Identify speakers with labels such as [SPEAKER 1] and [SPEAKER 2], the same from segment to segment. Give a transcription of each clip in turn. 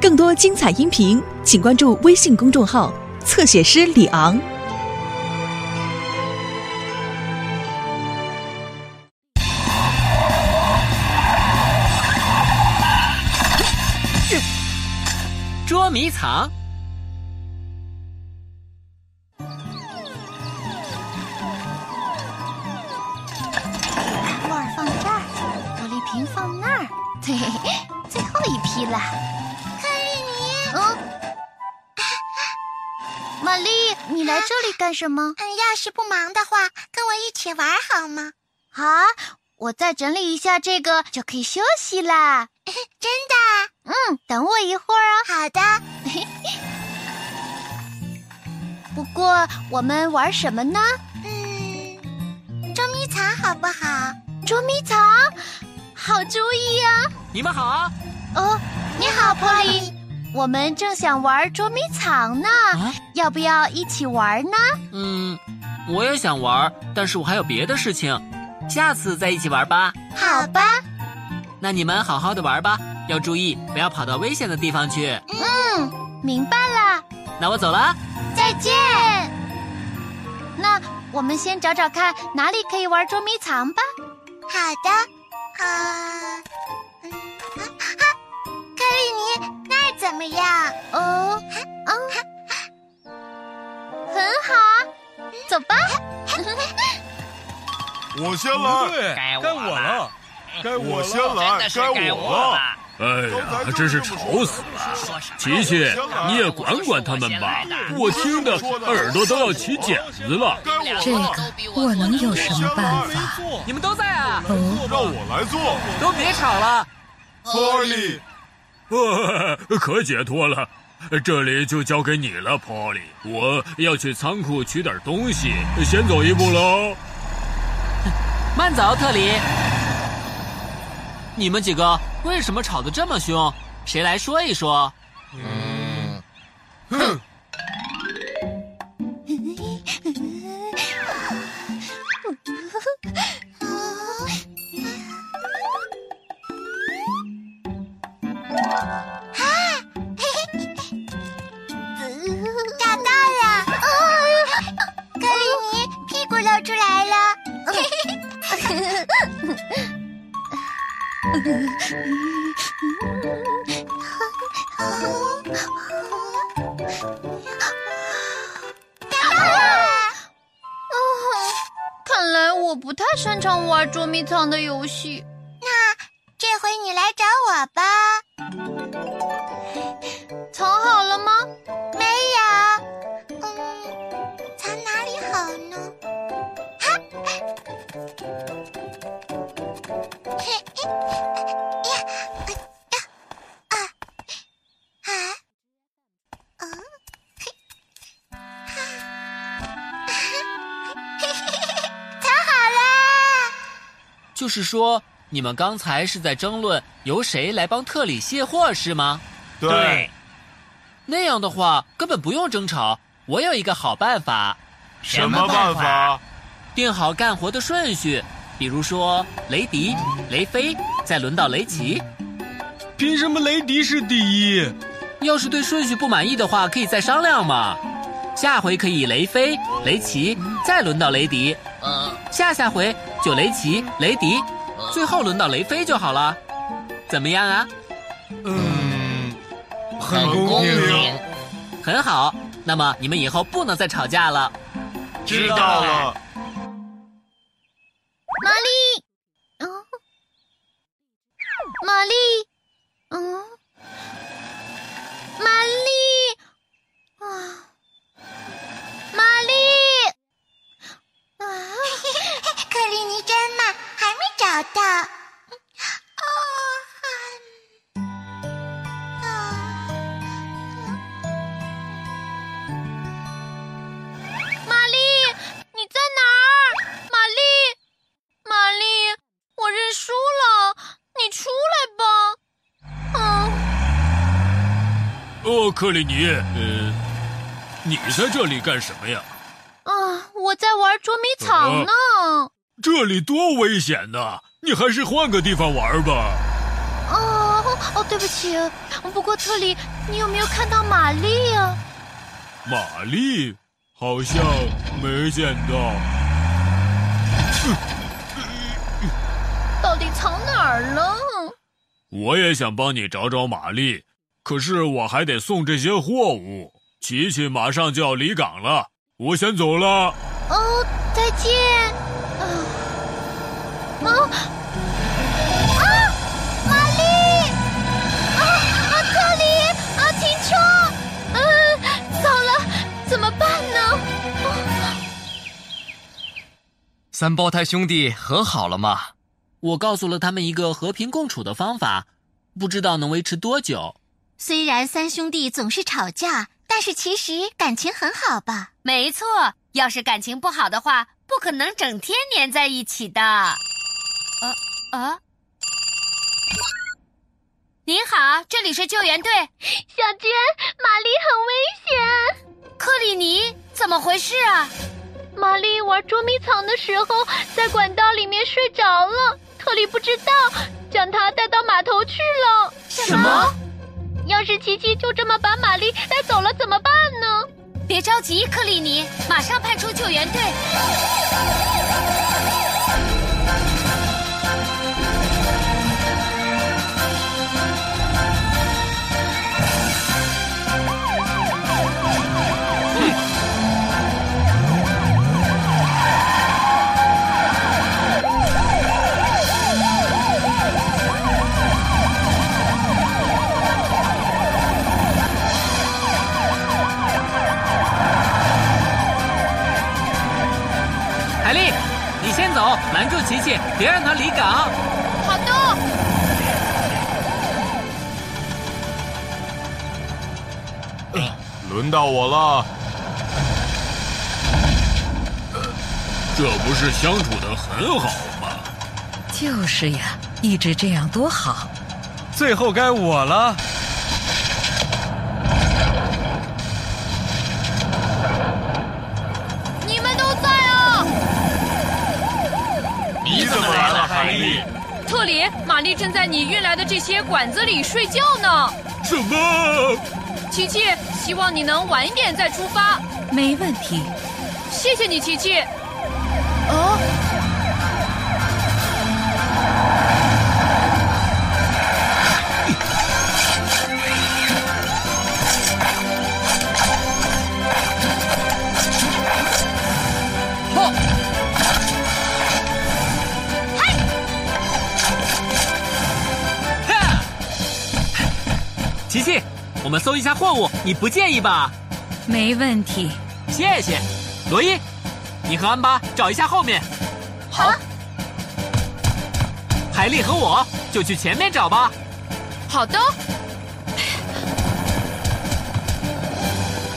[SPEAKER 1] 更多精彩音频，请关注微信公众号“侧写师李昂”。
[SPEAKER 2] 捉迷藏。
[SPEAKER 3] 木耳放这儿，玻璃瓶放那儿， 嘿嘿嘿，最后一批了。
[SPEAKER 4] 看瑞尼，
[SPEAKER 3] 嗯，玛丽，你来这里干什么？
[SPEAKER 4] 嗯，要是不忙的话，跟我一起玩好吗？
[SPEAKER 3] 啊，我再整理一下这个就可以休息啦。
[SPEAKER 4] 真的？
[SPEAKER 3] 嗯，等我一会儿啊。
[SPEAKER 4] 好的，
[SPEAKER 3] 不过我们玩什么呢？
[SPEAKER 4] 嗯，捉迷藏好不好？
[SPEAKER 3] 捉迷藏，好主意啊！
[SPEAKER 2] 你们好啊！
[SPEAKER 3] 哦，你好，波利。我们正想玩捉迷藏呢，
[SPEAKER 2] 啊
[SPEAKER 3] 要不要一起玩呢？
[SPEAKER 2] 嗯，我也想玩，但是我还有别的事情，下次再一起玩吧。
[SPEAKER 3] 好吧，
[SPEAKER 2] 那你们好好的玩吧，要注意不要跑到危险的地方去。
[SPEAKER 3] 明白了。
[SPEAKER 2] 那我走了。
[SPEAKER 3] 再见。那我们先找找看哪里可以玩捉迷藏吧。
[SPEAKER 4] 好的，呃，嗯，啊啊，看瑞尼那儿怎么样？
[SPEAKER 3] 哦，嗯，很好，走吧。
[SPEAKER 5] 我先
[SPEAKER 6] 不
[SPEAKER 5] 来，
[SPEAKER 6] 对，
[SPEAKER 7] 该
[SPEAKER 6] 该
[SPEAKER 7] 我
[SPEAKER 6] 我了，该我
[SPEAKER 5] 我
[SPEAKER 6] 了
[SPEAKER 5] 先
[SPEAKER 2] 啊
[SPEAKER 5] 来，该了。
[SPEAKER 8] 哎呀，真是吵死了！琪琪，
[SPEAKER 6] 啊
[SPEAKER 8] 你也管管他们吧，我听的耳朵都要起茧子了。
[SPEAKER 5] 该我了，
[SPEAKER 9] 这个我能有什么办法？
[SPEAKER 2] 你们都在啊，
[SPEAKER 9] 哦，
[SPEAKER 5] 让我来做。
[SPEAKER 2] 都别吵了。
[SPEAKER 5] 波利，
[SPEAKER 8] 呃，可解脱了，这里就交给你了，Polly。我要去仓库取点东西，先走一步喽。
[SPEAKER 2] 慢走，特里。你们几个为什么吵得这么凶？谁来说一说？
[SPEAKER 4] 找到了，看瑞尼屁股露出来了。
[SPEAKER 3] 看来我不太擅长玩捉迷藏的游戏。
[SPEAKER 4] 这回你来找我吧。
[SPEAKER 3] 藏好了吗？
[SPEAKER 4] 没有，嗯，藏哪里好呢？哈，嘿嘿呀哎呀啊啊嗯嘿 哈嘿嘿嘿藏好啦！
[SPEAKER 2] 就是说，你们刚才是在争论由谁来帮特里卸货是吗？
[SPEAKER 5] 对，
[SPEAKER 2] 那样的话根本不用争吵。我有一个好办法，
[SPEAKER 5] 什么办法？
[SPEAKER 2] 定好干活的顺序，比如说雷迪、雷飞，再轮到雷奇。
[SPEAKER 6] 凭什么雷迪是第一？
[SPEAKER 2] 要是对顺序不满意的话，可以再商量嘛。下回可以雷飞、雷奇，再轮到雷迪。
[SPEAKER 7] 嗯
[SPEAKER 2] 下下回就雷奇、雷迪，最后轮到雷飞就好了。怎么样啊？
[SPEAKER 6] 嗯，很
[SPEAKER 7] 很
[SPEAKER 6] 公
[SPEAKER 7] 公
[SPEAKER 6] 平
[SPEAKER 7] 平。
[SPEAKER 2] 很好。那么你们以后不能再吵架了。
[SPEAKER 5] 知道了。
[SPEAKER 3] 玛丽，嗯，玛丽，嗯，玛丽，啊，玛丽，啊，
[SPEAKER 4] 克里尼真慢，还没找到。
[SPEAKER 3] 啊
[SPEAKER 4] 哦，嗯啊，
[SPEAKER 3] 玛丽，你在哪儿？玛丽，玛丽，我认输了，你出来吧。嗯，
[SPEAKER 8] 哦，克里尼，呃，你在这里干什么呀？
[SPEAKER 3] 啊，我在玩捉迷藏呢。
[SPEAKER 8] 这里多危险呐！你还是换个地方玩吧。
[SPEAKER 3] 啊哦哦，对对不起，不过特里，你有没有看到玛丽啊呀、
[SPEAKER 8] 玛丽好像没见到。
[SPEAKER 3] 到底藏哪儿了？
[SPEAKER 8] 我也想帮你找找玛丽，可是我还得送这些货物。琪琪马上就要离港了，我先走了。
[SPEAKER 3] 哦，再见。啊啊啊！玛丽！啊啊！特里！啊，停车！嗯，糟了，怎么办呢？
[SPEAKER 7] 三胞
[SPEAKER 6] 哎
[SPEAKER 7] 胎兄弟和好了吗？
[SPEAKER 2] 我告诉了他们一个和平共处的方法，不知道能维持多久。
[SPEAKER 4] 虽然三兄弟总是吵架，但是其实感情很好吧？
[SPEAKER 9] 没错，要是感情不好的话，不可能整天黏在一起的。呃啊！您好，这里是救援队。
[SPEAKER 3] 小娟，玛丽很危险。
[SPEAKER 9] 克里尼，怎么回事啊？
[SPEAKER 3] 玛丽玩捉迷藏的时候，在管道里面睡着了，特里不知道，将她带到码头去了。
[SPEAKER 9] 什么？
[SPEAKER 3] 要是琪琪就这么把玛丽带走了，怎么办呢？
[SPEAKER 9] 别着急，克里尼，马上派出救援队。
[SPEAKER 2] 海丽，你先走，拦住琪琪，别让她离港。
[SPEAKER 3] 好的。
[SPEAKER 5] 轮到我了，
[SPEAKER 8] 这不是相处的很好吗？
[SPEAKER 10] 就是呀，一直这样多好。
[SPEAKER 6] 最后该我了。
[SPEAKER 3] 你们都在啊！
[SPEAKER 5] 你怎么来了，海丽？
[SPEAKER 11] 特里，玛丽正在你运来的这些管子里睡觉呢。
[SPEAKER 8] 什么？
[SPEAKER 11] 琪琪，希望你能晚一点再出发。
[SPEAKER 10] 没问题。
[SPEAKER 11] 谢谢你，琪琪。
[SPEAKER 10] 哦，
[SPEAKER 2] 琪琪，我们搜一下货物，你不介意吧？
[SPEAKER 10] 没问题。
[SPEAKER 2] 谢谢。罗伊，你和安巴找一下后面。
[SPEAKER 3] 好。
[SPEAKER 10] 啊
[SPEAKER 2] 海丽和我就去前面找吧。
[SPEAKER 11] 好的。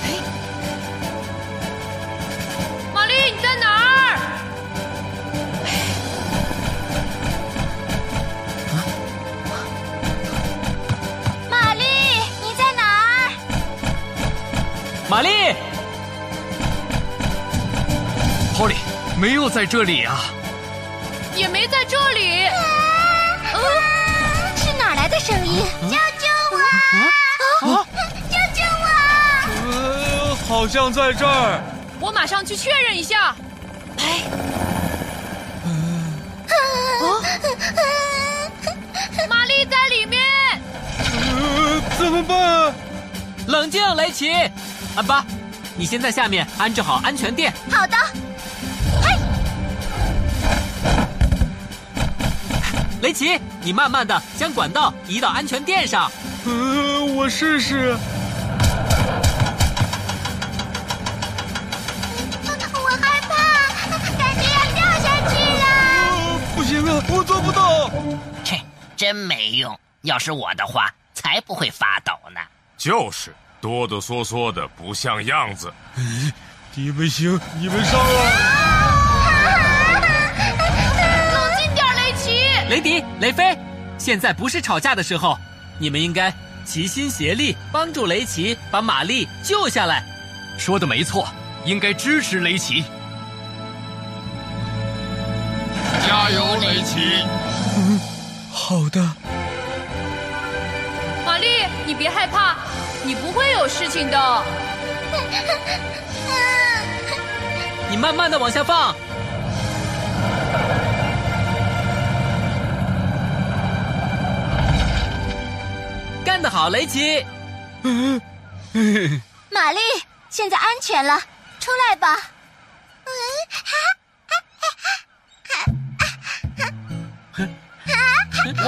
[SPEAKER 11] 哎玛丽，你在哪儿？
[SPEAKER 4] 玛丽，你在哪儿？
[SPEAKER 2] 玛丽，
[SPEAKER 7] Polly 没有在这里啊。
[SPEAKER 11] 也没在这里。
[SPEAKER 9] 啊
[SPEAKER 4] 啊是哪儿来的声音？
[SPEAKER 9] 啊
[SPEAKER 4] 救救我！啊！救救我！
[SPEAKER 6] 呃，好像在这儿。
[SPEAKER 11] 我马上去确认一下。玛丽在里面。
[SPEAKER 6] 呃，怎么办？
[SPEAKER 2] 冷静，雷奇。安巴，你先在下面安置好安全垫。
[SPEAKER 4] 好的，
[SPEAKER 2] 雷奇，你慢慢的将管道移到安全垫上。
[SPEAKER 6] 呃，我试试。
[SPEAKER 4] 我害怕，感觉要掉下去了。
[SPEAKER 6] 呃，不行啊，我做不到。
[SPEAKER 12] 切，真没用。要是我的话，才不会发抖呢。
[SPEAKER 5] 就是哆哆嗦嗦的，不像样子。
[SPEAKER 8] 哎
[SPEAKER 6] 你们行，你们上啊！
[SPEAKER 11] 冷静点，雷奇。
[SPEAKER 2] 雷迪、雷飞，现在不是吵架的时候，你们应该齐心协力帮助雷奇把玛丽救下来。
[SPEAKER 7] 说的没错，应该支持雷奇。
[SPEAKER 5] 加油，雷奇！
[SPEAKER 6] 好的。
[SPEAKER 11] 你别害怕，你不会有事情的。
[SPEAKER 2] 你慢慢的往下放。干得好，雷奇！
[SPEAKER 13] 玛丽，现在安全了，出来吧。
[SPEAKER 3] 嗯，好。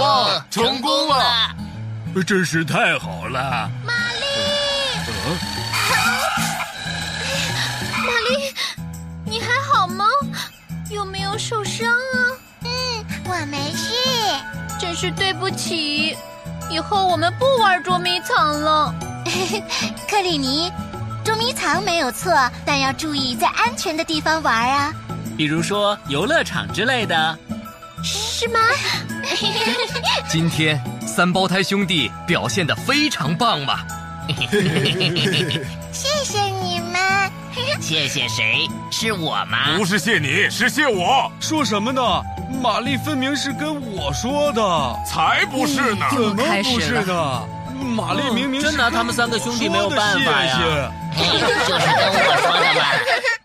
[SPEAKER 12] 哇，成功了！
[SPEAKER 8] 呃
[SPEAKER 14] 真是太好了。
[SPEAKER 13] 玛丽。玛丽，你还好吗？有没有受伤啊？
[SPEAKER 3] 嗯，我没事。
[SPEAKER 11] 真是对不起。以后我们不玩捉迷藏了，
[SPEAKER 3] 克里尼，捉迷藏没有错，但要注意在安全的地方玩啊，
[SPEAKER 2] 比如说游乐场之类的。
[SPEAKER 3] 是 吗？
[SPEAKER 15] 今天三胞胎兄弟表现的非常棒嘛！
[SPEAKER 3] 谢谢你们。
[SPEAKER 12] 谢谢谁？是我吗？
[SPEAKER 5] 不是谢你，是谢我。
[SPEAKER 8] 说什么呢？玛丽分明是跟我说的，
[SPEAKER 5] 才不是呢！
[SPEAKER 8] 怎么不是的？玛丽明明、嗯、
[SPEAKER 2] 真拿他们三个兄弟没有办法呀！
[SPEAKER 12] 就是跟我说的嘛。